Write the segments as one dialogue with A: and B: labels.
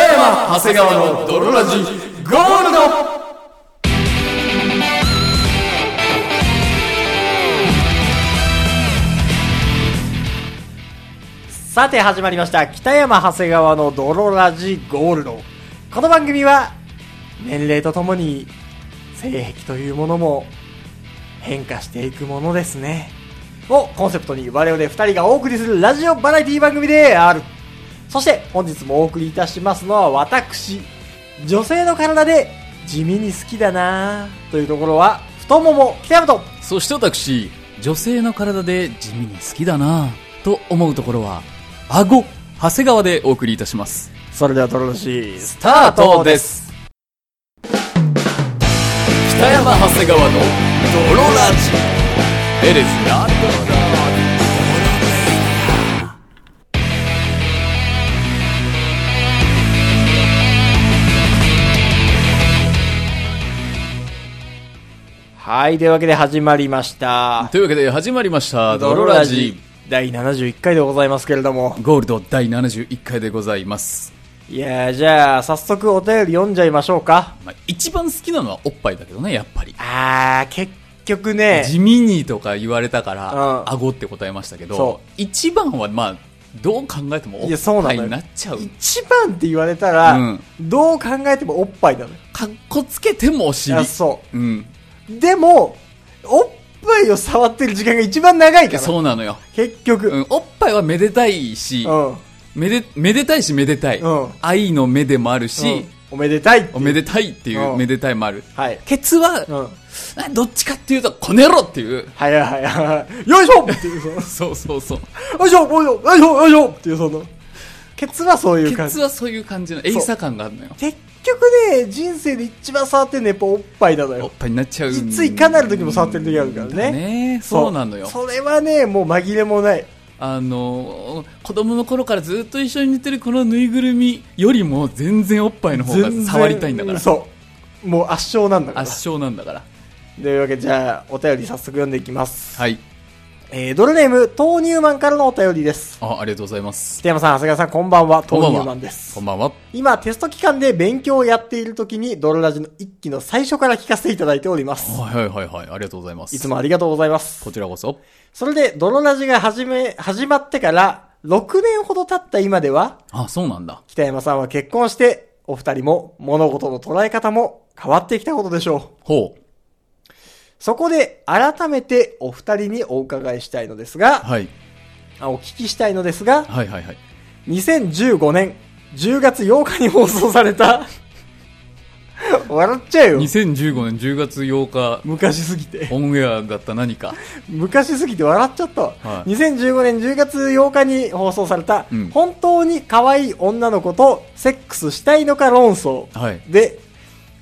A: 長谷川の泥ラジゴールド
B: さて始まりました北山長谷川の泥ラジゴールドこの番組は年齢とともに性癖というものも変化していくものですねをコンセプトに我々2人がお送りするラジオバラエティ番組であるそして本日もお送りいたしますのは私女性の体で地味に好きだなぁというところは太もも北山と
C: そして私、女性の体で地味に好きだなぁと思うところは、顎、長谷川でお送りいたします。
B: それでは泥ラジス
C: スタートです。
A: 北山長谷川の泥ラジ
C: エレスが
B: はいというわけで始まりました
C: というわけで始まりました、
B: ド
C: ド
B: ロ
C: ロ
B: ラ
C: ラ
B: ジ
C: ジ。
B: 第71回でございますけれども。
C: ゴールド第71回でございます。
B: いやー、じゃあ、早速お便り読んじゃいましょうか。
C: まあ、一番好きなのはおっぱいだけどね、やっぱり。
B: あー、結局ね、
C: 地味にとか言われたか
B: う
C: ら、
B: ん
C: 顎って答えましたけ
B: そ
C: ど、一番はまあ、どう考えてもお
B: いや
C: っ
B: そうな
C: ぱ
B: の
C: い
B: よ
C: になっちゃう。
B: 一番って言われたら、
C: うん
B: どう考えてもおっぱいなのよ。
C: かっこつけてもお尻
B: あ。そ
C: うん。
B: う。でも、おっぱいを触ってる時間が一番長いから。
C: そうなのよ。
B: 結局。
C: うん、おっぱいはめでたいし、
B: うん。
C: めで、めでたいしめでたい。
B: うん
C: 愛の目でもある
B: う
C: し
B: ん、おめでたいっていう
C: おめでたいっていううんめでたいもある。
B: はい。
C: ケツは、
B: うん。はい
C: あどっちかっていうと、こねろっていう。
B: はいはいはい。よいしょっていう、その、
C: そうそうそう。
B: よいしょよいしょよいしょよいしょっていう、その、ケツはそういう
C: ケ
B: 感じ
C: ツ。はそういう感じの、エイサ感があるのよ。
B: 結局ね、人生で一番触ってるのやっぱおっぱいなの
C: おっ
B: よ。
C: ぱいになっちゃう。
B: いついかなる時も触ってる時あるからね
C: だねそうなのよ。
B: それはね、もう紛れもない。
C: あのー、子供の頃からずっと一緒に寝てるこのぬいぐるみよりも全然おっぱいの方が
B: 全然
C: 触りたいんだから。圧
B: そう。もう圧勝なんだから。
C: 勝なんだから。
B: というわけで、じゃあ、お便り早速読んでいきます。
C: はい。
B: えー、ドルネーム、豆乳マンからのお便りです。
C: あ、ありがとうございます。
B: 北山さん、長谷川さん、こんばんは。
C: こん
B: 豆
C: ば
B: 乳
C: んは
B: マンです
C: こん。ばんは。
B: 今、テスト期間で勉強をやっている時に、ドルラジの一期の最初から聞かせていただいております。
C: はいはいはいはい。ありがとうございます。
B: いつもありがとうございます。
C: こちらこそ。
B: それで、泥ラジが始め、始まってから、6年ほど経った今では、
C: あ、そうなんだ。
B: 北山さんは結婚して、お二人も物事の捉え方も変わってきたことでしょう。
C: ほう。
B: そこで、改めてお二人にお伺いしたいのですが、
C: はい。
B: あお聞きしたいのですが、
C: はいはいはい。
B: 2015年10月8日に放送された、 笑っちゃうよ。
C: 2015年10月8日、
B: 昔すぎて。
C: オンエアだった何か。
B: 昔すぎて笑っちゃったわ、
C: はい
B: 2015年10月8日に放送された、
C: うん
B: 本当に可愛い女の子とセックスしたいのか論争
C: はい。
B: で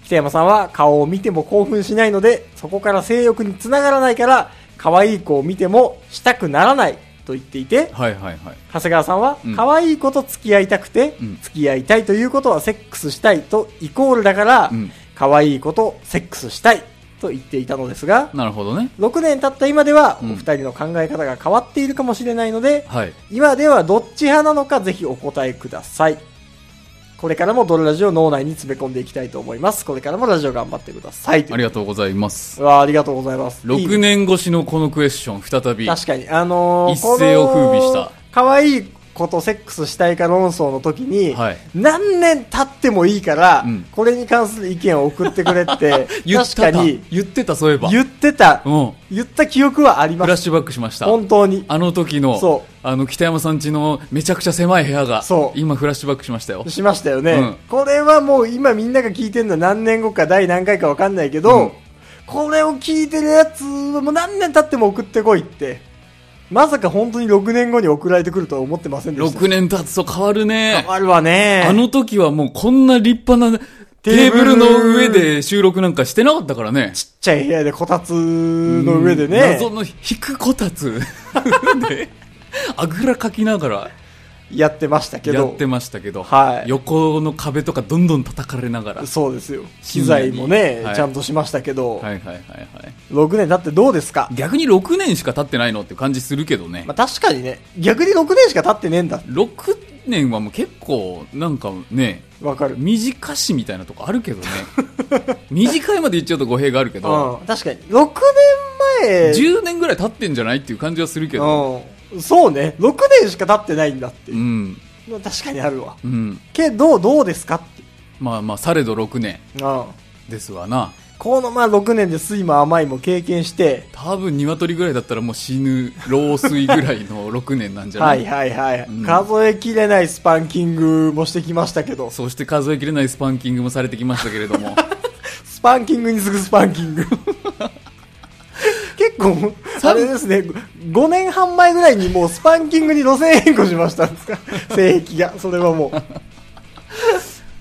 B: 北山さんは顔を見ても興奮しないのでそこから性欲につながらないから可愛い子を見てもしたくならないと言っていて
C: はいはいはい。
B: 長谷川さんは、
C: うん
B: 可愛い子と付き合いたくて、
C: うん
B: 付き合いたいということはセックスしたいとイコールだから、
C: うん
B: 可愛い子とセックスしたいと言っていたのですが、
C: なるほどね。
B: 6年経った今では、お
C: うん
B: 二人の考え方が変わっているかもしれないので、
C: はい。
B: 今ではどっち派なのかぜひお答えください。これからもドルラジオを脳内に詰め込んでいきたいと思います。これからもラジオ頑張ってください。
C: あり
B: が
C: がとうございます。
B: うわあありがとうございます。いい
C: 6年越しのこのクエスチョン、再び。
B: 確かに。あのー、
C: 一世を風靡した
B: この可愛い子とセックスしたいか論争の時に、
C: はい
B: 何年経ってもいいから、
C: うん
B: これに関する意見を送ってくれって、
C: 言っ
B: 確
C: て
B: か
C: た。
B: に
C: 言ってた、そういえば。
B: 言ってた、
C: うん。
B: 言った記憶はありま
C: フラッ
B: す。
C: シュバックしました。
B: 本当に。
C: あの時の、
B: そう
C: あの、北山さん家のめちゃくちゃ狭い部屋が、
B: そう
C: 今フラッシュバックしましたよ。
B: しましたよね、
C: うん
B: これはもう今みんなが聞いてるのは何年後か第何回か分かんないけど、
C: うん
B: これを聞いてるやつはもう何年経っても送ってこいってまさか本当に6年後に送られてくるとは思ってませんでした
C: 6年経つと変わるね。
B: 変わるわね
C: あの時はもうこんな立派な
B: テ
C: テ
B: ー
C: ー
B: ブ
C: ブ
B: ル
C: ルの上で収録なんかしてなかったからね。
B: ちっちゃい部屋でこたつの上で
C: うん
B: ね
C: 謎の引くこた つで、あぐらかきながら
B: やってましたけ
C: や
B: ど
C: ってましたけど、
B: はい
C: 横の壁とかどんどん叩かれながら。はい
B: そうですよ機
C: 深夜
B: 材
C: に
B: もね、
C: はい
B: ちゃんとしましたけど、
C: はいはいはい。
B: 6年経ってどうですか、
C: 逆に6年しか経ってないのって感じするけどね
B: まあ、。確かにね逆に6年しか経ってねえんだ
C: 6年はもう結構なんかね
B: わかる。
C: 短しみたいなとこあるけ どね短いまで言っちゃうと語弊があるけど、
B: うん、確かに。6年前。
C: 10年ぐらい経ってんじゃないっていう感じはするけど
B: うん。そうね。6年しか経ってないんだって
C: う
B: いう。
C: ん
B: 確かにあるわ。
C: うん
B: けど、どうですかって。
C: まあまあされど6年
B: うん。
C: ですわな
B: このまあ6年で酸いも甘いも経験して、
C: 多分鶏ぐらいだったらもう死ぬ老衰ぐらいの6年なんじゃな、
B: はいいはいはい、
C: うん
B: 数えきれないスパンキングもしてきましたけど、
C: そして数えきれないスパンキングもされてきましたけれども
B: スパンキングに次ぐスパンキング。結構、
C: さ
B: あれですね、5年半前ぐらいにもうスパンキングに路線変更しましたん ですか性癖が。それはもう。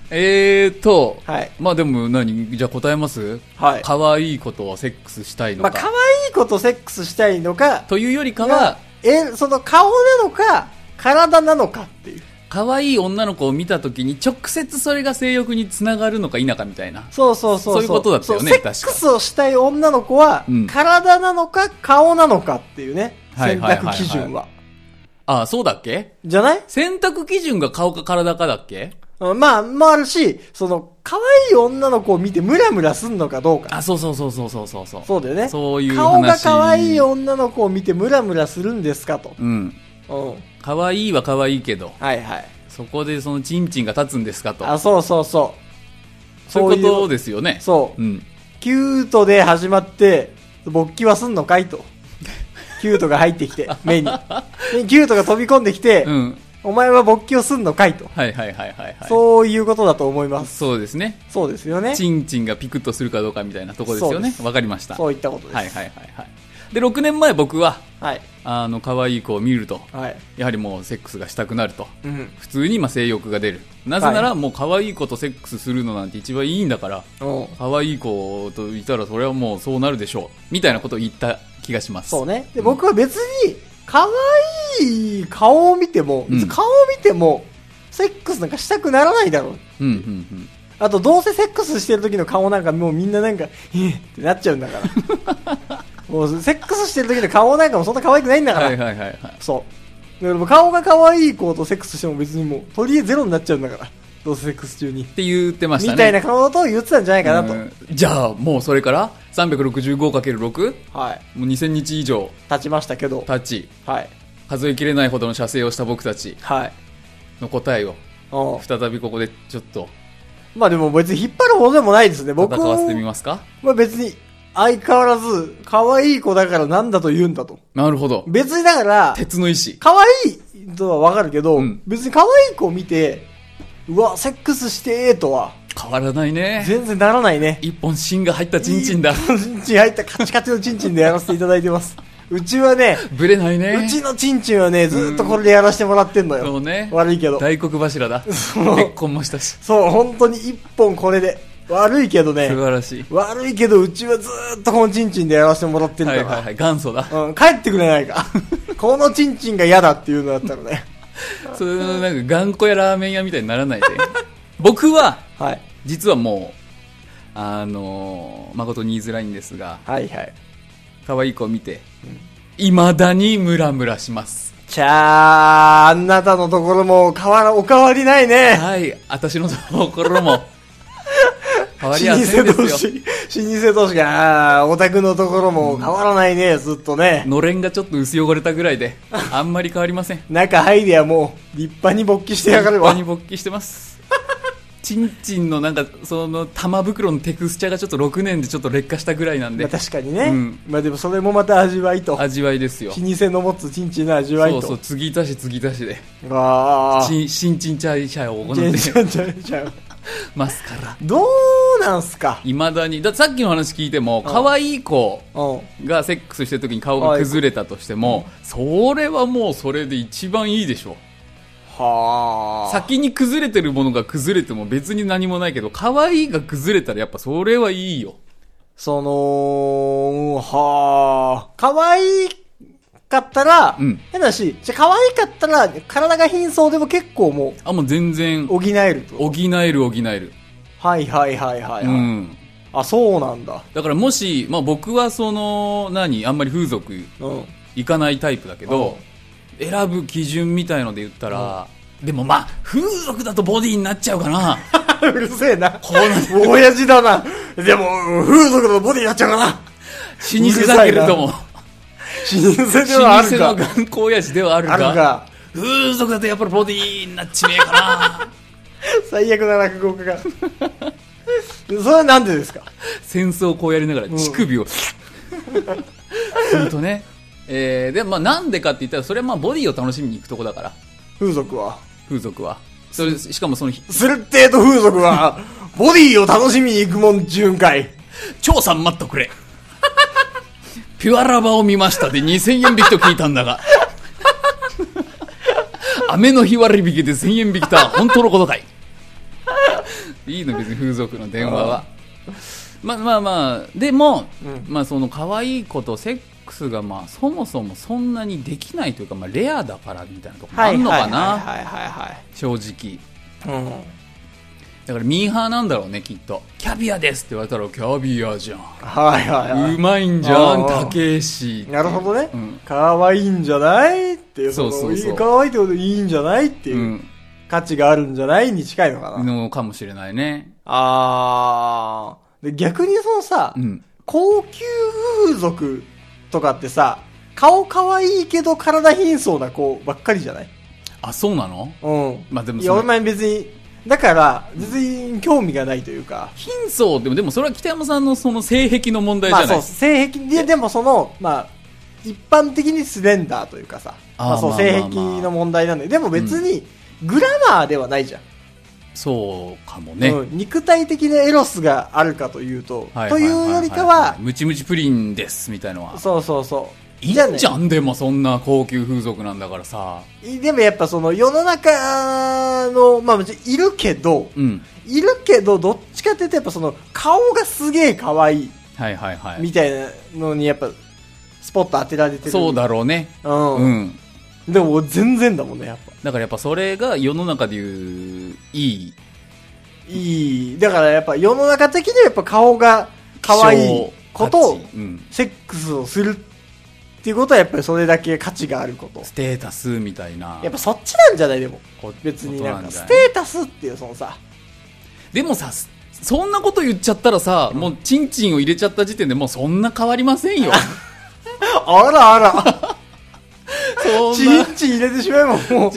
C: えーと、
B: はい
C: まあでも何じゃあ答えます
B: はい。
C: 可愛いことはセックスしたいの
B: ま
C: か、
B: あ、可愛い子とセックスしたいのか、
C: というよりかは
B: え、その顔なのか、体なのかっていう。
C: 可愛い女の子を見た時に直接それが性欲につながるのか否かみたいな
B: そうそうそう
C: そういうことだったよね
B: そう
C: 確か
B: セックスをしたい女の子は、
C: うん
B: 体なのか顔なのかっていうね、
C: はい
B: 選
C: はいはい
B: 択
C: はい
B: 基準は。
C: ああそうだっけ
B: じゃない
C: 選択基準が顔か体かだっけ
B: うんまあ、もあるし、その、可愛い女の子を見てムラムラすんのかどうか。
C: あそうそうそうそうそうそうそう
B: そうだよね。
C: そういう話
B: 顔が可愛い女の子を見てムラムラするんですかと。
C: うん
B: うん。
C: 可愛いは可愛いけど
B: はいはい。
C: そこでそのチンチンが立つんですかと
B: あ、そうそうそう。
C: そういうこと
B: で。
C: ですよね
B: そう。
C: ん
B: キュートで始まって、勃起はすんのかい と。キュートが入ってきて、目に。でキュートが飛び込んできて、
C: うん
B: お前は勃起をすんのかいと。
C: はいはいはいはいはい
B: そういうことだと思います。
C: そうですね
B: そうですよね。
C: チンチンがピクッとするかどうかみたいなとこです
B: そ
C: よ
B: うで
C: ね
B: す
C: わかりました
B: そ
C: はいう
B: いったことです。
C: はいはいはいで6年前僕は
B: はい。
C: あの可愛い子を見ると
B: はい。
C: やはりもうセックスがしたくなると
B: うん。
C: 普通にまあ性欲が出るなぜな
B: は
C: らもう可愛い子とセックスするのなんて一番いいんだから
B: うん。
C: 可愛い子といたらそれはもうそうなるでしょうみたいなことを言った気がします
B: そうね。で、僕は別に、可愛い顔を見ても、
C: うん
B: 顔を見ても、セックスなんかしたくならないだろう。
C: うんうんうん
B: あと、どうせセックスしてる時の顔なんかもうみんななんか、えーってなっちゃうんだから。 もう、セックスしてる時の顔なんかもそんな可愛くないんだから。
C: はいはいはいはい
B: そう。だからもう顔が可愛い子とセックスしても別にもう、取り柄ゼロになっちゃうんだから。どうせセックス中に。
C: って言ってましたね
B: みたいな顔だと言ってたんじゃないかなと。
C: うんじゃあもうそれから 365×6
B: はい。
C: もう2000日以上
B: 立ちましたけど。
C: 経ち
B: はい。
C: 数えきれないほどの射精をした僕たち
B: はい。
C: の答えを
B: うん
C: 再びここでちょっと
B: まあでも別に引っ張るほどでもないですね。僕
C: 戦わせてみ
B: は
C: ますか
B: 別に相変わらず可愛い子だからなんだと言うんだと。
C: なるほど
B: 別にだから、
C: 鉄の意志
B: 可愛いとはわかるけど、
C: うん
B: 別に可愛い子を見て、うわ、セックスしてーとは、
C: 変わらないね
B: 全然ならないね。
C: 一本芯が入ったチンチンだ
B: チンチン入ったカチカチのチンチンでやらせていただいてます。うちはね、
C: ぶれないね
B: うちのチンチンはね、ずーっとこれでやらせてもらってんの
C: そ
B: よ。
C: うね
B: 悪いけど。
C: 大黒柱だ結
B: う
C: 婚もしたし
B: そう、本当に一本これで。悪いけどね
C: 素。晴らしい
B: 悪いけど、うちはずーっとこのチンチンでやらせてもらってる
C: は
B: か
C: い
B: ら。
C: はいはい元祖だ
B: うん、帰ってくれないか。 このチンチンが嫌だっていうのだったらね。
C: それなんか頑固やラーメン屋みたいにならないで 僕は
B: はい。
C: 実はもうあのー誠に言いづらいんですが
B: はいはい。
C: 可愛い子を見ていま、未だにムラムラします
B: ちゃー、あなたのところも変わら、お変わりないね。
C: はい私のところ も変わりや
B: 老
C: すい
B: 舗
C: で
B: 同
C: すよ
B: 士、老舗同士が、あー、オタクのところも変わらないね、ずっとね。
C: のれんがちょっと薄汚れたぐらいであんまり変わりません
B: 中入りゃもう、立派に勃起してやがる
C: 本
B: わ
C: 当に。勃起してます ちんちんのなんかその玉袋のテクスチャーがちょっと6年でちょっと劣化したぐらいなん
B: まあ
C: で
B: 確かにね。
C: うん
B: まあでもそれもまた味わいと。老
C: 味わいですよ
B: 舗の持つチンチンの味わい
C: そう
B: と。
C: そう継ぎ足し継ぎ足しで
B: わー。
C: ちん新陳代謝を行 っ
B: チンチ
C: て
B: ンチンチン
C: ますから
B: どうなんすか
C: いまだにだってさっきの話聞いても可愛い子
B: うん。
C: がセックスしてる時に顔が崩れたとしてもそれはもうそれで一番いいでしょ
B: はあ。
C: 先に崩れてるものが崩れても別に何もないけど可愛いが崩れたらやっぱそれはいいよ
B: その、はあ。可愛かったら、
C: うん
B: 変だし、じゃあ可愛かったら、体が貧相でも結構も
C: あもう全然
B: う、
C: 補
B: 補えると。
C: える補える
B: はいはいはいはいうはい。
C: ん
B: あ、そうなんだ。
C: だからもし、まあ、僕はその何あんまり風俗
B: うん。
C: 行かないタイプだけど、選ぶ基準みたいので言ったら、でもまあ、風俗だとボディになっちゃう かな。
B: うるせえな。親父だな。でも、風俗のボディになっちゃうかな。
C: 老舗だけれども。
B: 老舗ではあ
C: 老
B: る
C: 舗
B: が
C: の。頑固親父ではある
B: ある
C: が。
B: が、
C: 風俗だとやっぱりボディになっちめえか な。
B: 最悪な落語家 が。それはなんでですか
C: 戦争をこうやりながら乳首を、するとね。えー、で、まあなんでかって言ったら、それはまあボディを楽しみに行くとこだから。
B: 風俗は。
C: 風俗は。それ、しかもその日、
B: するってえと風俗は、ボディを楽しみに行くもん、巡回。
C: 張さん待っとくれ。ピュアラバを見ましたで2000円引きと聞いたんだが。雨の日割引で1000円引きとは本当のことかい。いいの別に風俗の電話は。まあまあまあ、でも、まあその可愛い子とセックスがまあそもそもそんなにできないというか、まあレアだからみたいなとこもあんのかな、
B: はいは
C: 正直。
B: いはい。うん。
C: だからミーハーなんだろうね、きっと。キャビアですって言われたらキャビアじゃん。
B: はいはいは
C: う
B: い。
C: まいんじゃん、
B: あー
C: たけし。
B: なるほどね
C: うん。
B: 可愛いんじゃないっていう。
C: そうそうそう
B: の可愛いってことでいいんじゃないって
C: う
B: いう。
C: ん。
B: 価値があるんじゃないに近いのかな。
C: のかもしれないね。
B: あー。で、逆にそのさ
C: う、ん。
B: 高級風俗とかってさ、顔可愛いけど体貧相な子ばっかりじゃない
C: あ、そうなの
B: うん。
C: まあでも
B: いや、
C: そ
B: 俺
C: の、
B: も別に、だから、別に興味がないというか。
C: 貧相でも、でもそれは北山さんのその性癖の問題じ
B: ま
C: ゃ
B: あ
C: な
B: そ、。
C: いう
B: 性癖で、でもその、まあ、一般的にスレンダーというかさ、
C: あー
B: まあそう、
C: まあまあ
B: 性癖の問題なんで、でも別に、グラマーではないじゃん。
C: そうかもね。
B: うん肉体的なエロスがあるかというと、
C: は
B: と
C: ははは
B: いうよりかは、
C: ムチムチプリンです、みたいのは。
B: そうそうそう。
C: いい
B: ね
C: じゃん、でもそんな高級風俗なんだからさ。
B: でもやっぱその世の中の、まあもちろんいるけど、
C: うん。
B: いるけど、どっちかっていうとやっぱその顔がすげえ可愛い
C: はいはいはい。
B: みたいなのにやっぱスポット当てられてる。
C: そう。だろうね。
B: うん。
C: うん。
B: でも俺全然だもんね、やっぱ。
C: だからやっぱそれが世の中でいう、いい、
B: いい。だからやっぱ世の中的にはやっぱ顔が可愛いこと
C: 希
B: を
C: 少価、値うん。
B: セックスをするっていうことはやっぱりそれだけ価値があること。
C: ステータスみたいな。
B: やっぱそっちなんじゃないでも。
C: こ
B: 別になん
C: こと
B: か
C: じゃ
B: ス
C: い
B: テータスっていうそのさ、
C: でもさすそんなこと言っちゃったらさ、もうチンチンを入れちゃった時点でもうそんな変わりませんよ
B: あらあら。
C: そん
B: チ
C: な
B: ンチン入れてしまえばもう、もう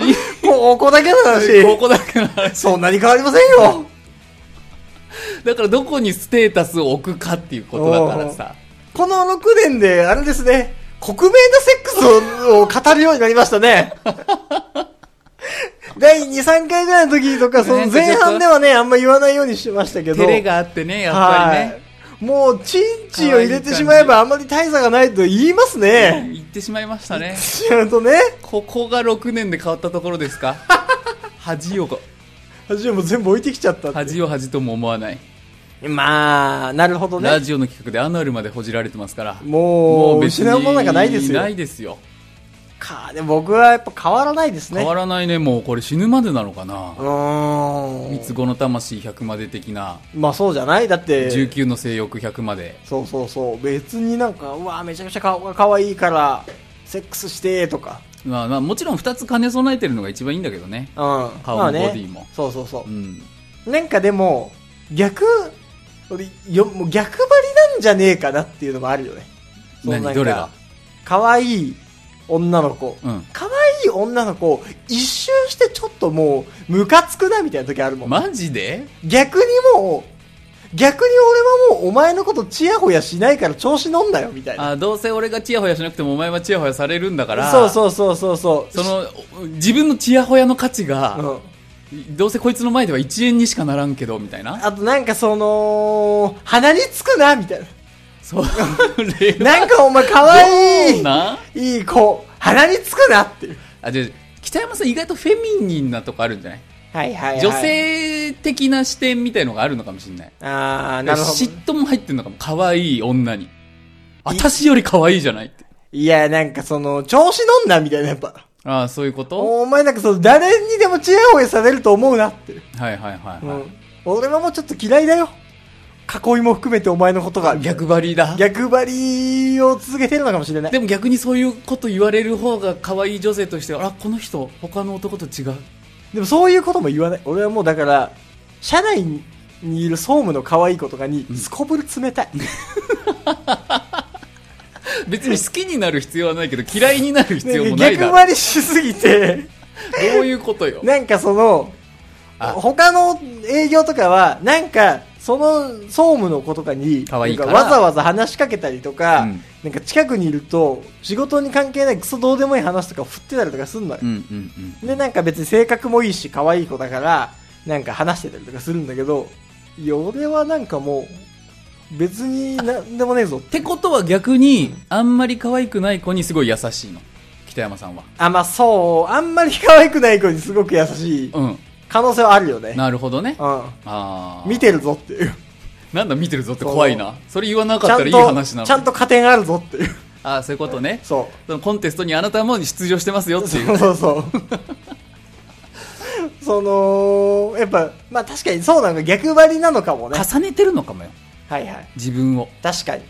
B: おこだけの話。
C: ここだから
B: そんなに変わりませんよ。
C: だからどこにステータスを置くかっていうことだからさ
B: この6年で、あれですね、国名のセックスをを語るようになりました ね。第2、3回ぐらいの時とか、その前半ではね、あんま言わないようにしてましたけど。
C: 照れがあってねやっぱりね
B: はいもう、チンチンを入れてしまえばあんまり大差がないと言いますね。
C: 言ってしまいましたね
B: 違うとね、
C: ここが6年で変わったところで すか恥を
B: 恥をもう全部置いてきちゃったって
C: 恥を恥とも思わない、
B: まあ、なるほどね。
C: ラジオの企画でアナルまでほじられてますから
B: もう、
C: 別に
B: 失うものなんかないですよ
C: な。いですよ
B: か、でも僕はやっぱ変わらないですね。
C: 変わらないねもうこれ死ぬまでなのかな
B: うーん。
C: 三つ子の魂100まで的な、
B: まあそうじゃないだって、
C: 19の性欲100まで。
B: そうそうそう。別になんか、うわめちゃくちゃ顔が可愛いから、セックスしてとか。
C: まあまあ、もちろん2つ兼ね備えてるのが一番いいんだけどね
B: うん。。顔
C: 顔もボディも
B: そうそうそう
C: う。ん。
B: なんかでも、逆、俺、よ、もう逆張りなんじゃねえかなっていうのもあるよね。その
C: 何
B: なんか
C: どれが
B: 可愛い女の子。
C: うん。
B: 可愛い女の子、一周してちょっともう、ムカつくなみたいな時あるもん。
C: マジで
B: 逆にもう、逆に俺はもうお前のことチヤホヤしないから調子乗んなよ、みたいな。
C: あどうせ俺がチヤホヤしなくてもお前はチヤホヤされるんだから、
B: そうそうそうそうそう。
C: その、お自分のチヤホヤの価値が、
B: うん。
C: どうせこいつの前では1円にしかならんけど、みたいな。
B: あとなんかその、鼻につくな、みたいな。
C: それは、
B: なんかお前可愛
C: どう
B: い
C: なん
B: いい子、鼻につくなっていう。
C: あ、じゃあ北山さん意外とフェミニンなとこあるんじゃない、
B: はいはい、はい。
C: 女性的な視点みたいのがあるのかもしれない。
B: あー、なるほど。
C: 嫉妬も入ってんのかも。可愛い女に。私より可愛いじゃないって。
B: いや、なんかその、調子乗んな、みたいな、やっぱ。
C: ああ、そういうこと
B: お前なんかその、誰にでもチヤホヤされると思うなっていう。
C: はいはいはい、
B: う
C: は
B: ん。俺はもうちょっと嫌いだよ。囲いも含めてお前のことが。
C: い。逆張りだ。
B: 逆張りを続けてるのかもしれない。
C: でも逆にそういうこと言われる方が可愛い女性としては、あ、この人、他の男と違う。
B: でもそういうことも言わない。俺はもうだから、社内にいる総務の可愛い子とかに、すこぶる冷たい。
C: 別に好きになる必要はないけど嫌いにな る必要もないだ
B: 逆
C: ろ
B: 張りしすぎて、
C: どういうことよ
B: なんかその、
C: あ
B: 他の営業とかは、なんか、その総務の子とかに、
C: 可愛いから
B: なんわざわざ話しかけたりとか、
C: うん
B: なんか近くにいると、仕事に関係ないクソどうでもいい話とか振ってたりとかすんのよ
C: う。んうんうん
B: で、なんか別に性格もいいし、可愛い子だから、なんか話してたりとかするんだけど、いや、俺はなんかもう、別になんでもねえぞ
C: っ。てことは逆にあんまり可愛くない子にすごい優しいの北山さんは
B: あ、まあそう、あんまり 可愛くない子にすごく優しい
C: うん
B: 可能性はあるよね。
C: なるほどね
B: う
C: ああ
B: ん。見てるぞっていう。
C: なんだ見てるぞって怖いなそれ言わなか
B: ち
C: っ
B: ゃ
C: たら
B: ん
C: いい話な
B: と、
C: の
B: ちゃんと加点あるぞっていう。
C: ああそういうことね
B: そ
C: そのコンテストにあなたも出場してますよっ
B: う。
C: て い
B: そう
C: う
B: そうそう。その、やっぱ、まあ確かにそうなんか逆張りなのかもね。
C: 重ねてるのかもよ
B: はいはい。
C: 自分を
B: 確かに。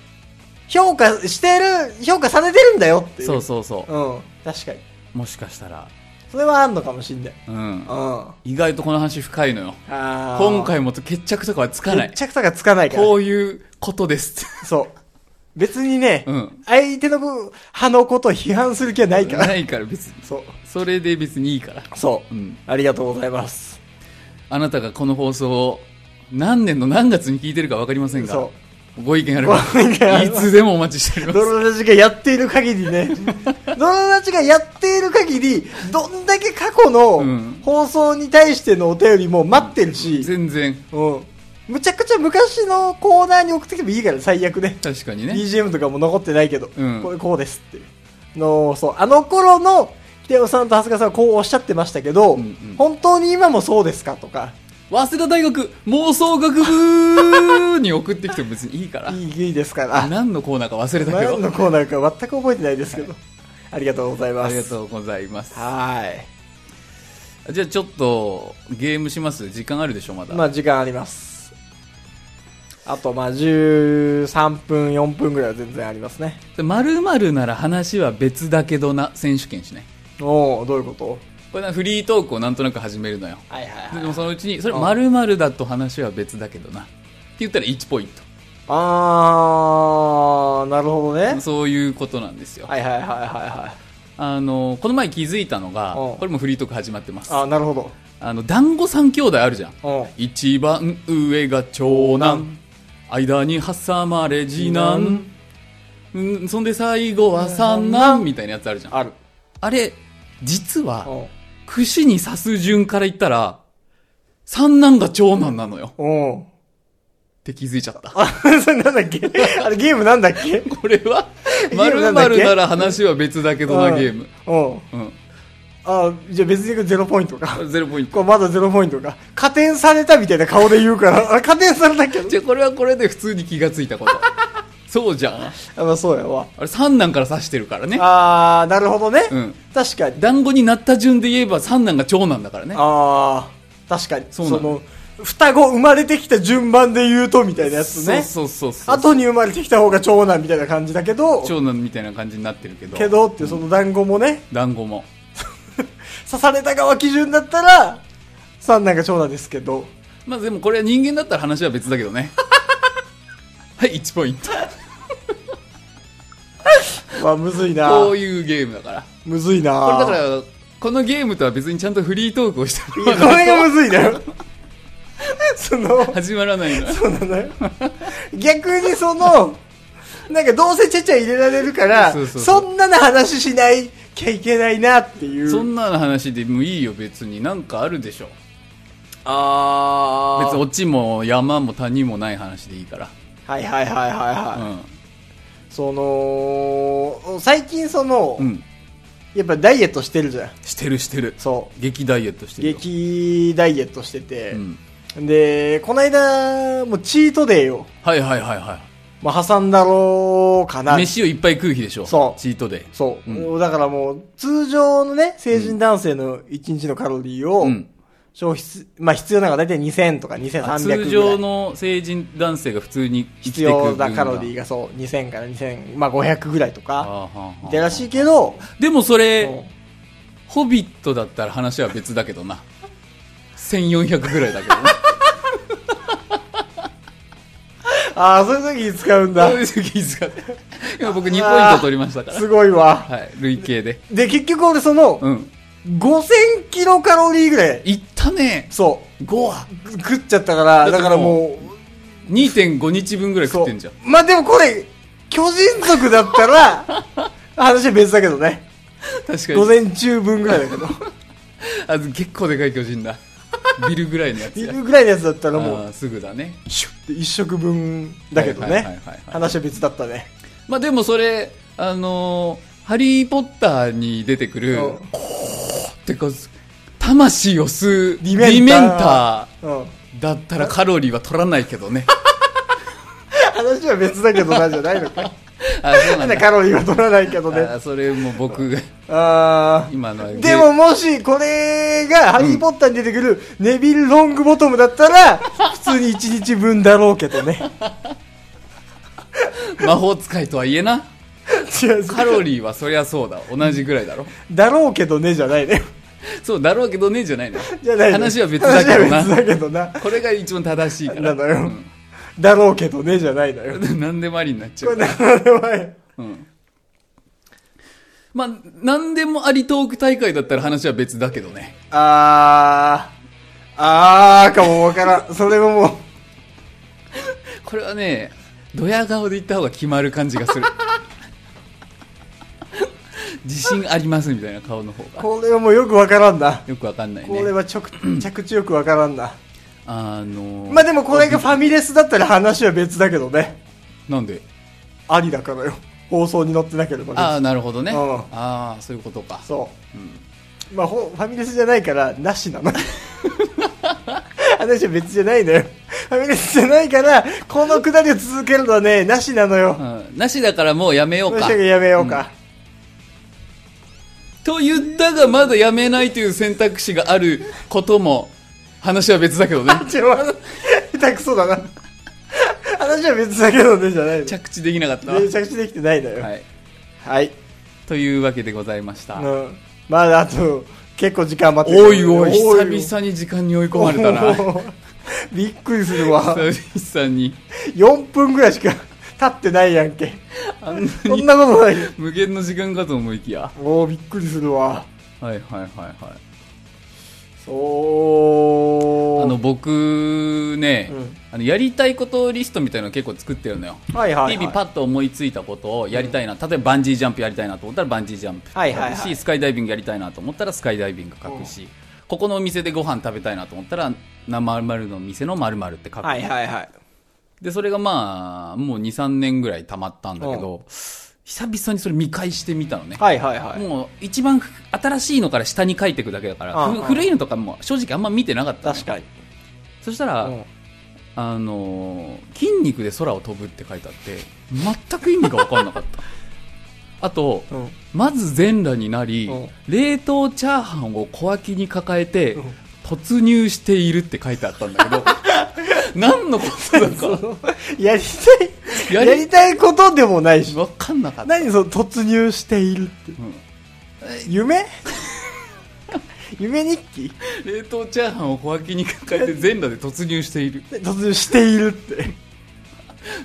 B: 評価してる、評価されてるんだよっていう。
C: そうそうそう
B: うん。確かに。
C: もしかしたら
B: それはあんのかもしんない。
C: うん
B: うん。あ
C: 意外とこの話深いのよ
B: あー
C: 今回もと決着とかはつかない
B: 決着とかつかないから。
C: こういうことです
B: そう。別にね、
C: うん
B: 相手の派のことを批判する気はないから。
C: ないから別に
B: そう。
C: それで別にいいから
B: そう、
C: うん
B: ありがとうございます。
C: あなたがこの放送を何年の何月に聞いてるか分かりませんが
B: そ、
C: ご意見あれば
B: ご意見あ、れ
C: い
B: ば
C: つでもお待ちしており
B: ド
C: ます。
B: ロラジがやっている限り ね、ドロラジがやっている限り、どんだけ過去
C: うん
B: の放送に対してのお便りも待ってるし、
C: 全然、
B: うん。むちゃくちゃ昔のコーナーに送ってきてもいいから、最悪ね。
C: 確かにね。
B: BGM とかも残ってないけど、
C: うん
B: これこうですっていうのをそうあの頃の北山さんと長谷川さんはこうおっしゃってましたけど、
C: んうん
B: 本当に今もそうですかとか
C: 早稲田大学妄想学部に送ってきても別にいいから。
B: いいいいですからあ
C: 何のコーナーか忘れたけ
B: 何の
C: ど。
B: コーナーか全く覚えてないですけど、ありがとうございま
C: あ
B: す
C: りがとうございます。
B: はー
C: じゃあちょっと、ゲームします時間あるでしょまだ。
B: いまあ時間ありますあとまあ13分4分ぐらいは全然ありますね
C: まるまるなら話は別だけどな選手権しない。
B: おおどういうこと
C: これなフリートークをなんとなく始めるのよ。
B: はいはい
C: で
B: はい
C: もそのうちに、それ
B: うん
C: 〇〇だと話は別だけどな。って言ったら1ポイント。
B: あーなるほどね
C: そういうことなんですよ。
B: はいはいはいはいはい
C: あの、この前気づいたのが、
B: うん
C: これもフリートーク始まってます。
B: あ
C: あ
B: ーなるほど
C: の、団子三兄弟あるじゃん。
B: うん
C: 一番上が長男。間に挟まれ次男。うん、そんで最後は三男みたいなやつあるじゃん。あ
B: ある。
C: れ、実
B: う
C: は、
B: ん。
C: 串に刺す順から言ったら、三男が長男なのよ。
B: うん。
C: って気づいちゃった。
B: あ、それなんだっけ あれゲームなんだっけ
C: これは、
B: ゲー
C: ま
B: ムな
C: る
B: んだ
C: ま
B: っけ
C: るなら話は別だけどな、ゲーム。
B: うん。
C: うん。
B: あ、じゃあ別にゼロポイントか。
C: ゼロポイント。
B: これまだゼロポイントか。加点されたみたいな顔で言うから、あ、加点されたけど。
C: じゃあこれはこれで普通に気がついたこと。そうじゃん。
B: あ、まあそうやわ。
C: あれ三男から指してるからね。
B: あー、なるほどね。
C: うん。
B: 確かに。
C: 団子になった順で言えば三男が長男だからね。
B: あー、確かに。
C: そうなの
B: の、双子生まれてきた順番で言うとみたいなやつね。
C: そうそうそうそう。
B: 後に生まれてきた方が長男みたいな感じだけど、
C: 長男みたいな感じになってるけど。
B: けどっていうその団子もね、
C: 団子も。
B: 刺された側基準だったら、三男が長男ですけど。
C: まあでもこれは人間だったら話は別だけ どね。はい、1ポイント。
B: まあ、むずいな。
C: こういうゲームだから。
B: むずいな
C: これだから、このゲームとは別にちゃんとフリートークをした
B: いやこれがむずいだよその
C: 始まらないのよ。
B: そうなのよ逆にそのなんかどうせちゃちゃ入れられるから
C: そ
B: そう
C: そうそうん
B: なの話しないきゃいけないなっていう
C: そんなの話でもいいよ、別に。なんかあるでしょ。
B: あ
C: 別に
B: ー
C: 落ちも山も谷もない話でいいから。
B: はいはいはいはいはい、
C: うん。
B: その最近その、
C: うん。
B: やっぱダイエットしてるじゃん
C: してるしてる。
B: そ
C: 激ダイエットし
B: う
C: てるよ。
B: 激ダイエットしてて
C: う、ん。
B: でこの間もうチートデイを
C: はいはいはいは。
B: まあ挟んだろうかない
C: 飯をいっぱい食う日でしょ。
B: そう
C: チートデイ。
B: そう、
C: う
B: だからもう、通常のね、成人男性の1日のカロリーを
C: うん、
B: 消費す、まあ必要なのが大体2000とか2300ぐらい。
C: 通常の成人男性が普通に生き
B: 必
C: ていく
B: 要なカロリー
C: が。
B: がそう、2000から2500、まあ500ぐらいと
C: あー
B: か、
C: はーはー
B: みたいらしいけど、
C: でもそ
B: うん
C: れ、ホビットだったら話は別だけどな。 1400ぐらいだ けどね
B: ああ、そういう時に使うんだ
C: そう。いう時に使って今僕2ポイント取りましたから
B: すごいわ。
C: はい累計で
B: で、結局俺その、
C: うん
B: 5000キロカロリーぐらい、
C: いったね
B: そ
C: 5は
B: う、食っちゃったから、
C: だ
B: だ
C: ってもう
B: からもう、
C: 2.5日分ぐらい食
B: そ
C: っ
B: う
C: てんじゃん
B: まあでもこれ、巨人族だった ら、話は別だけどね。
C: 確か
B: 午
C: に
B: 前中分ぐらいだ けど。
C: あ結構でかい巨人だビルぐらいのやつや
B: 昼ぐらいのやつだったらもう、
C: あーすぐだね
B: シュッて一食分だけど
C: はいはいはい
B: ね
C: はい。はい
B: 話は別だったね。
C: まあでもそれあのーハリー・ポッター」に出てくる
B: うん
C: こうってか魂を吸う
B: ディメンターうん。
C: ーだったらカロリーは取らない けどね
B: 話は別だけどな、じゃないのか。
C: あそ
B: な
C: うな
B: んんで
C: だ
B: カロリーは取らないけどね。
C: あそれも僕が
B: あー
C: 今のは
B: でももし、これが、ハリー・ポッターに出てくる、ネビル・ロングボトムだったら、普通に1日分だろうけどね。
C: 魔法使いとはいえな
B: 違う、
C: カロリーはそりゃそうだ同じぐらいだろ
B: だろうけどね、じゃないね。
C: そうだろうけどねじゃないの
B: じゃないね
C: 話は別だけどな
B: 話は別だけどな。
C: これが一番正しいから
B: なのよ。だろうけどね、じゃないのよ。
C: うん、 何でもありになっち ゃ
B: これ、
C: うから
B: なんでもない
C: うんまあ何でもありトーク大会だったら話は別だけどね
B: あー、あーかもわからん。それももう、
C: これはねドヤ顔で言った方が決まる感じが する自信ありますみたいな顔の方が
B: これはもうよくわからんな。
C: よくわかんない
B: これ
C: ね
B: はちょく着地よくわからんな。
C: あのー
B: まあでもこれがファミレスだったら話は別だけどね。
C: なんで
B: ありだからよ。放送に載ってなければね
C: ああなるほどね
B: うん
C: ああそういうことか
B: そう。まあほファミレスじゃないから、なしなの。 話は別じゃないのよ。ファミレスじゃないから、このくだりを続けるのはね、なしなのよ。
C: うんなしだからもうやめよ
B: ど
C: う
B: うし
C: か
B: てかやめようか。
C: と言ったがまだやめないという選択肢があることも話は別だ けどね
B: ちょ、下手くそだな。話は別だけどね、じゃないの。着
C: 着地できなかったわ
B: 地できてないのよ。は。
C: はいいというわけでございました
B: うん。まだあと、結構時間待ってる
C: おいおい久々に時間に追い込まれた な
B: おーびっくりするわ。
C: 久々に
B: 4分ぐらいしか経ってないやんけ。
C: あんな
B: そん
C: に
B: なことない。
C: 無限の時間かと思いきや
B: おーびっくりするわ。
C: はいはいはいはい
B: そう。
C: あの僕ね、
B: うん
C: あのやりたいことリストみたいなの結構作ってるのよ、
B: はいはいはい
C: 日々パッと思いついたことをやりたいな、例えばバンジージャンプやりたいなと思ったらバンジージャンプ書くし、
B: はいはいはい
C: スカイダイビングやりたいなと思ったらスカイダイビング書くし、ここのお店でご飯食べたいなと思ったら生丸の店の〇〇って書く、
B: はいはいはい。
C: でそれがまあもう23年ぐらい溜まったんだけど久々にそれ見返してみたのね、
B: はいはいはい。
C: もう一番ふ新しいのから下に書いていくだけだから、
B: うん
C: ふ
B: うん
C: 古いのとかも正直あんま見てなかったのね、
B: 確かに。
C: そしたら、
B: うん
C: あのー筋肉で空を飛ぶって書いてあって、全く意味が分かんなかった。 あと、
B: うん
C: まず全裸になり、
B: うん
C: 冷凍チャーハンを小脇に抱えて、
B: うん
C: 突入しているって書いてあったんだ けど、何のことだか
B: やりた
C: や
B: い、
C: り
B: やりたいことでもないし。
C: 分かんなかった。
B: 何その突入しているって、
C: ん
B: 夢 夢日記
C: 冷凍チャーハンを小脇に抱えて全裸で突入している。
B: 突入しているって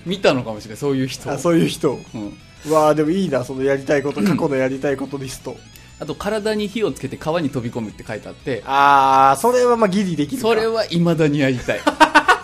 C: 見たのかもしれない、そういう人を
B: あそういう人
C: うん
B: わあでもいいなそのやりたいこと過去のやりたいことリスト
C: あと、体に火をつけて川に飛び込むって書いてあって、
B: ああそれはまあギリできるか
C: それはいまだにやりたい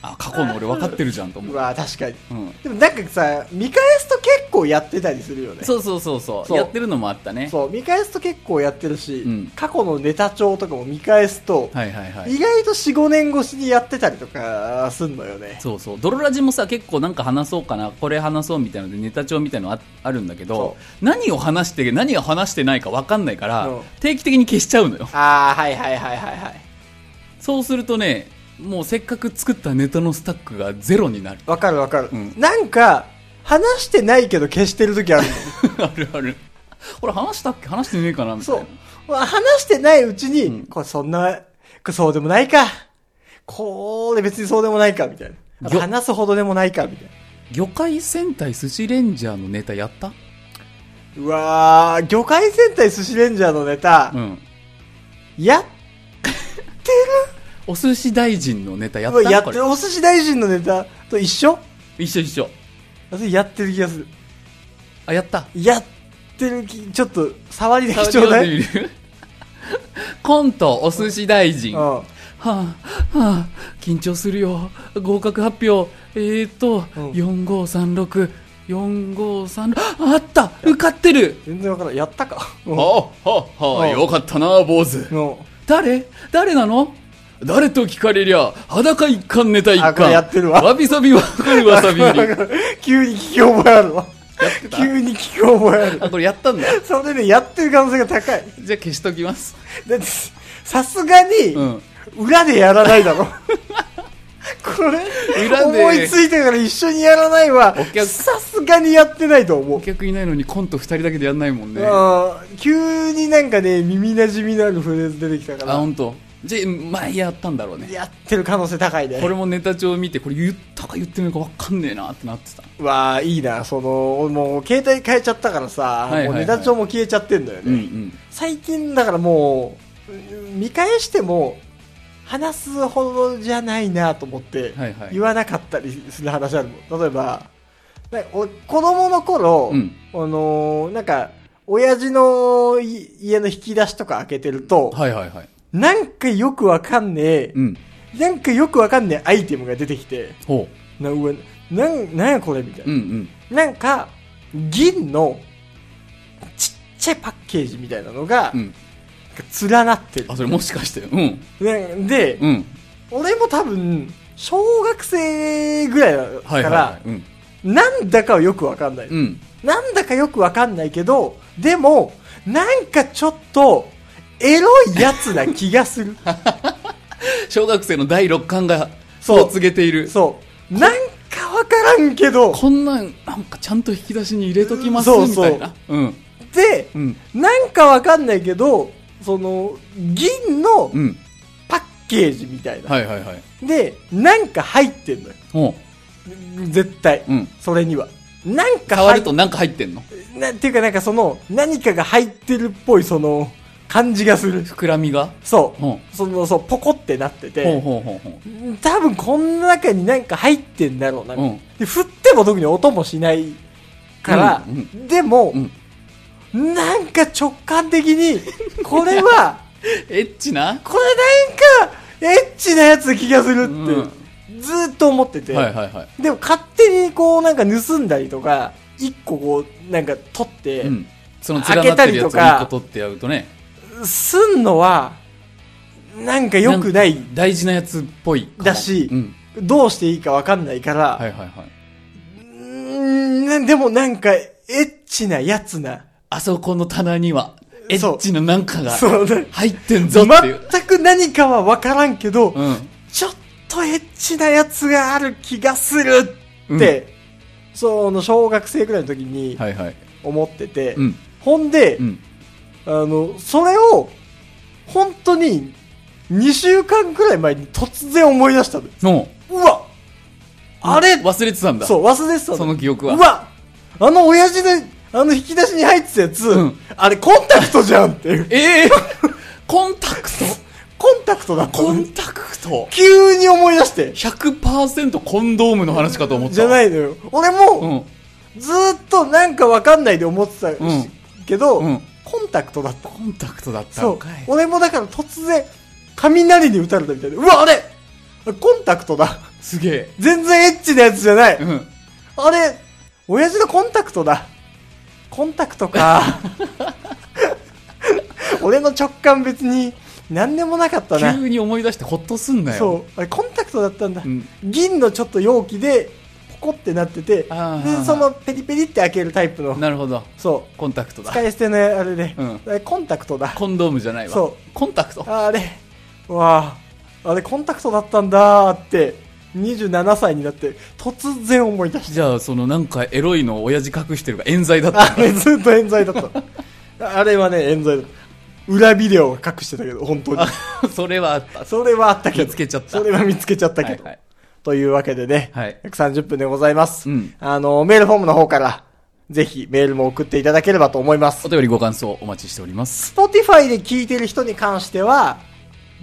C: あ過去の俺分かってるじゃんと思
B: う
C: う、
B: わあ確かに
C: うん、
B: でもなんかさ見返すと結構やってたりするよね
C: そうそうそうそう
B: そう
C: やってるのもあったね
B: そう見返すと結構やってるし、
C: うん
B: 過去のネタ帳とかも見返すと、
C: はいはいはい
B: 意外と45年越しにやってたりとかすんのよね
C: そうそうドロラジもさ結構なんか話そうかなこれ話そうみたいなのでネタ帳みたいなのああるんだけど
B: そ
C: 何を話して何を話してないか分かんないから
B: うん
C: 定期的に消しちゃうのよ
B: ああはいはいはいはいはい
C: そうするとねもうせっかく作ったネタのスタックがゼロ になる
B: わかるわかる、
C: うん
B: なんか、話してないけど消してる時ある の。
C: あるある俺話したっけ話してねえかなみたい
B: そ
C: な
B: う。まあ話してないうちに、
C: うん
B: これそんな、これそうでもないか。これ別にそうでもないか、みたいな。
C: よ
B: 話すほどでもないか、みたいな。
C: 魚介戦隊寿司レンジャーのネタやった
B: うわー、魚介戦隊寿司レンジャーのネタ、
C: うん
B: やっ
C: お寿司大臣のネタ
B: や
C: やった
B: やっ
C: こ
B: て
C: れ
B: るお寿司大臣のネタと一緒
C: 一緒一緒
B: 私やってる気がする
C: あやった
B: やってる気ちょっと触りで貴重だい、うん、
C: 触りを見てみる コントお寿司大臣はあはあ緊張するよ合格発表えーと、
B: うん
C: 4536 4536ああった受かってる
B: 全然わからないやったかうん
C: はあはあはあ
B: うん
C: よかったな坊主
B: の
C: 誰誰なの誰と聞かれりゃ裸一貫ネタ一
B: あこれ
C: 貫
B: やってるわ
C: わびさびわかるわさび入 り
B: 急に聞き覚えあるわ急に聞き覚えある
C: あこれやったんだ
B: それでねやってる可能性が高い
C: じゃあ消しときます
B: だってさすがに、
C: うん
B: 裏でやらないだろ これ
C: 裏で
B: 思いついてから一緒にやらないは
C: お客
B: さすがにやってないと思う、
C: お客いないのにコント二人だけでやんないもんねあ
B: あー急になんかね耳なじみのあるフレーズ出てきたから
C: 本当。じゃあ前やったんだろうね
B: やってる可能性高いね
C: これもネタ帳見てこれ言ったか言ってないか分かんねえなってなってた
B: わあいいなそのもう携帯変えちゃったからさ、
C: いはいはい
B: もうネタ帳も消えちゃってんだよね、
C: うん
B: 最近だからもううん見返しても話すほどじゃないなと思って
C: はいはい
B: 言わなかったりする話あるもん例えばなんかお子供の頃、
C: うん
B: あのーなんか親父のい家の引き出しとか開けてると、
C: はいはいはい
B: なんかよくわかんねえ、
C: うん
B: なんかよくわかんねえアイテムが出てきて
C: ほ
B: なうわなんなんやこれみたいう
C: う
B: な、
C: んうん
B: なんか銀のちっちゃいパッケージみたいなのが、
C: うん
B: 連なってる
C: あそれもしかしてうん
B: ねで、
C: うん
B: 俺も多分小学生ぐらいだか
C: はい
B: ら、
C: はいはいうん
B: なんだかはよくわかんない、
C: うん
B: なんだかよくわかんないけどでもなんかちょっとエロいやつな気が する
C: 小学生の第六感が
B: そう
C: そう告げている
B: そうなんかわからんけど
C: こんなんなんかちゃんと引き出しに入れときます
B: そう
C: み
B: そう
C: たいなうん
B: で
C: うん
B: なんかわかんないけどその銀の
C: うん
B: パッケージみたいな、
C: はいはいはい
B: でなんか入ってんのよ
C: ほ
B: 絶対、
C: ううん
B: それにはなんか
C: 触
B: 入
C: る
B: っ
C: となんか入ってんの
B: なっていうかなんかその何かが入ってるっぽいその感じがする
C: 膨らみが
B: そう、
C: うん
B: そのそうポコってなって
C: ほう
B: て
C: ほうほうほう
B: 多分この中になんか入ってんだろうな、
C: うん
B: で振っても特に音もしないから、
C: うん
B: でも、なんか直感的にこれ は
C: エッチな
B: これなんかエッチなやつ気がするって、ずーっと思ってて、
C: はいはいはい
B: でも勝手にこうなんか盗んだりとか一個こうなんか取って、
C: うんその連なってるやつを一個取ってやるとね
B: すんのは、なんか良くない、
C: んか大事なやつっぽいかも
B: だし
C: うん、
B: どうしていいかわかんないから、
C: はいはいはい。
B: うーん、でもなんか、エッチなやつな。
C: あそこの棚には、エ
B: そう
C: ッチななんかが
B: そうね
C: 入ってんぞっていう。
B: 全く何かはわからんけど、
C: うん。
B: ちょっとエッチなやつがある気がするって、その小学生くらいの時に
C: はいはい。
B: 思ってて、
C: うん。
B: ほんで、
C: うん。
B: あの、それを、本当に、2週間くらい前に突然思い出したのよ。
C: の、
B: うわあれ
C: 忘れてたんだ。
B: そう、忘れてたの
C: その記憶は
B: うわあの親父で、あの引き出しに入ってたやつ、
C: うん
B: あれコンタクトじゃんって いう。
C: ええコンタクト
B: コンタクトだったの
C: コンタクト
B: 急に思い出して。
C: ?100% コンドームの話かと思った。。
B: じゃないいのよ。俺
C: う
B: も、
C: ん。
B: ずーっとなんかわかんないで思ってたし
C: うん
B: けど、
C: うん
B: コンタクトだった。
C: コンタクトだっ
B: そ
C: たの
B: う
C: かい。。
B: 俺もだから突然、雷に打たれたみたいで、うわ、あれコンタクトだ。
C: すげえ。
B: 全然エッチなやつじゃない。
C: うん。
B: あれ、親父のコンタクトだ。コンタクト か。俺の直感別に何でもなかったな。
C: 急に思い出してほっとすんなよ。
B: そう。あれ、コンタクトだったんだ。
C: うん
B: 銀のちょっと容器で、ポコってなってて、で
C: あー、
B: そのペリペリって開けるタイプの、
C: なるほど。
B: そう。
C: コンタクトだ。
B: 使い捨てのあれで、
C: うん
B: あれコンタクトだ。
C: コンドームじゃないわ。
B: そう
C: コンタクト。
B: あれ、うわあ、あれコンタクトだったんだーって、27歳になって、突然思い出した
C: じゃあ、そのなんかエロいのを親父隠してるが冤罪だ った
B: あ。れずっと冤罪だった。あれはね、冤罪だった。裏ビデオは隠してたけど、本当に。
C: それはあった。
B: それはあったけど。
C: 見つけちゃった
B: それは見つけちゃったけど。
C: はいはい
B: というわけでね、
C: はい
B: 130分でございます。
C: うん
B: あの、メールフォームの方から、ぜひメールも送っていただければと思います
C: お。便りご感想お待ちしております。
B: Spotify で聞いてる人に関しては、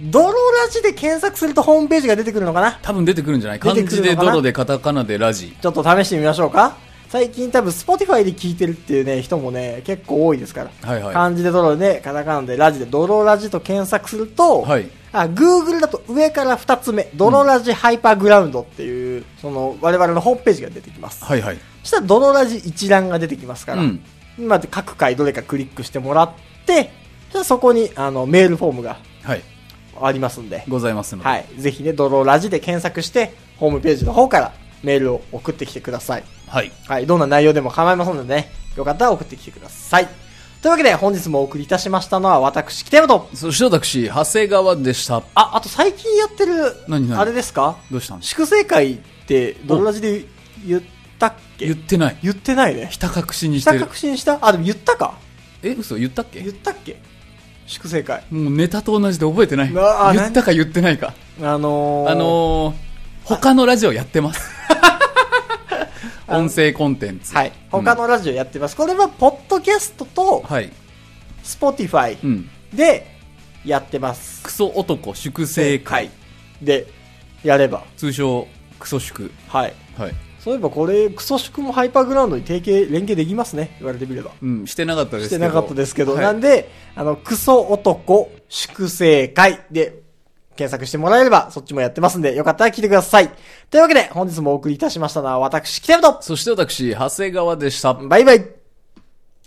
B: ドロラジで検索するとホームページが出てくるのかな
C: 多分出てくるんじゃない
B: 出
C: 漢
B: てくるのかな
C: 字で泥でカタカナでラジ。
B: ちょっと試してみましょうか。最近多分 Spotify で聞いてるっていうね、人もね、結構多いですから。
C: はいはい
B: 漢字でドロで、カタカナでラジでドロラジと検索すると、
C: はい
B: あ、Google だと上から2つ目、ドロラジハイパーグラウンドっていう、その我々のホームページが出てきます。
C: はいはい。
B: そしたらドロラジ一覧が出てきますから、
C: うん
B: まず各回どれかクリックしてもらって、そしたらそこにあのメールフォームが
C: はい。
B: ありますんで、
C: ございますので。
B: はい、ぜひね、ドロラジで検索して、ホームページの方からメールを送ってきてください。
C: はい。
B: はい、どんな内容でも構いませんのでね、よかったら送ってきてください。というわけで、本日もお送りいたしましたのは、私、北山と、
C: そして私、長谷川でした。
B: あ、あと最近やってる、
C: 何何
B: あれですか
C: どうしたの
B: 粛清会って、ドロラジで言ったっけ
C: 言っ
B: 言
C: てない。
B: ってないね。
C: ひた隠しにし
B: 下
C: てる
B: 確。信したあ、でも言ったか
C: え、嘘言ったっけ
B: 言ったっけ粛清会。
C: もうネタと同じで覚えてない。言
B: ああ
C: ったか言ってないか。
B: あのー、
C: あのー、他のラジオやって ます。音声コンテンツ。
B: はい。他のラジオやってます。これは、ポッドキャストと、
C: はい。
B: スポティファ
C: う
B: イ
C: ん。
B: で、やってます。
C: クソ男粛清会。
B: で、やれば。
C: 通称、クソ粛。
B: はい。
C: はい。
B: そういえばこれ、クソ宿もハイパーグラウンドに提携、連携できますね。言われてみれば。
C: うん、してなかったです
B: し
C: け
B: て
C: ど。
B: なかったですけど。
C: はい
B: なんで、あの、クソ男粛清会で検索してもらえれば、そっちもやってますんで、よかったら聞いてください。というわけで、本日もお送りいたしましたのは、私、北山と、
C: そして私、長谷川でした。
B: バイバイ。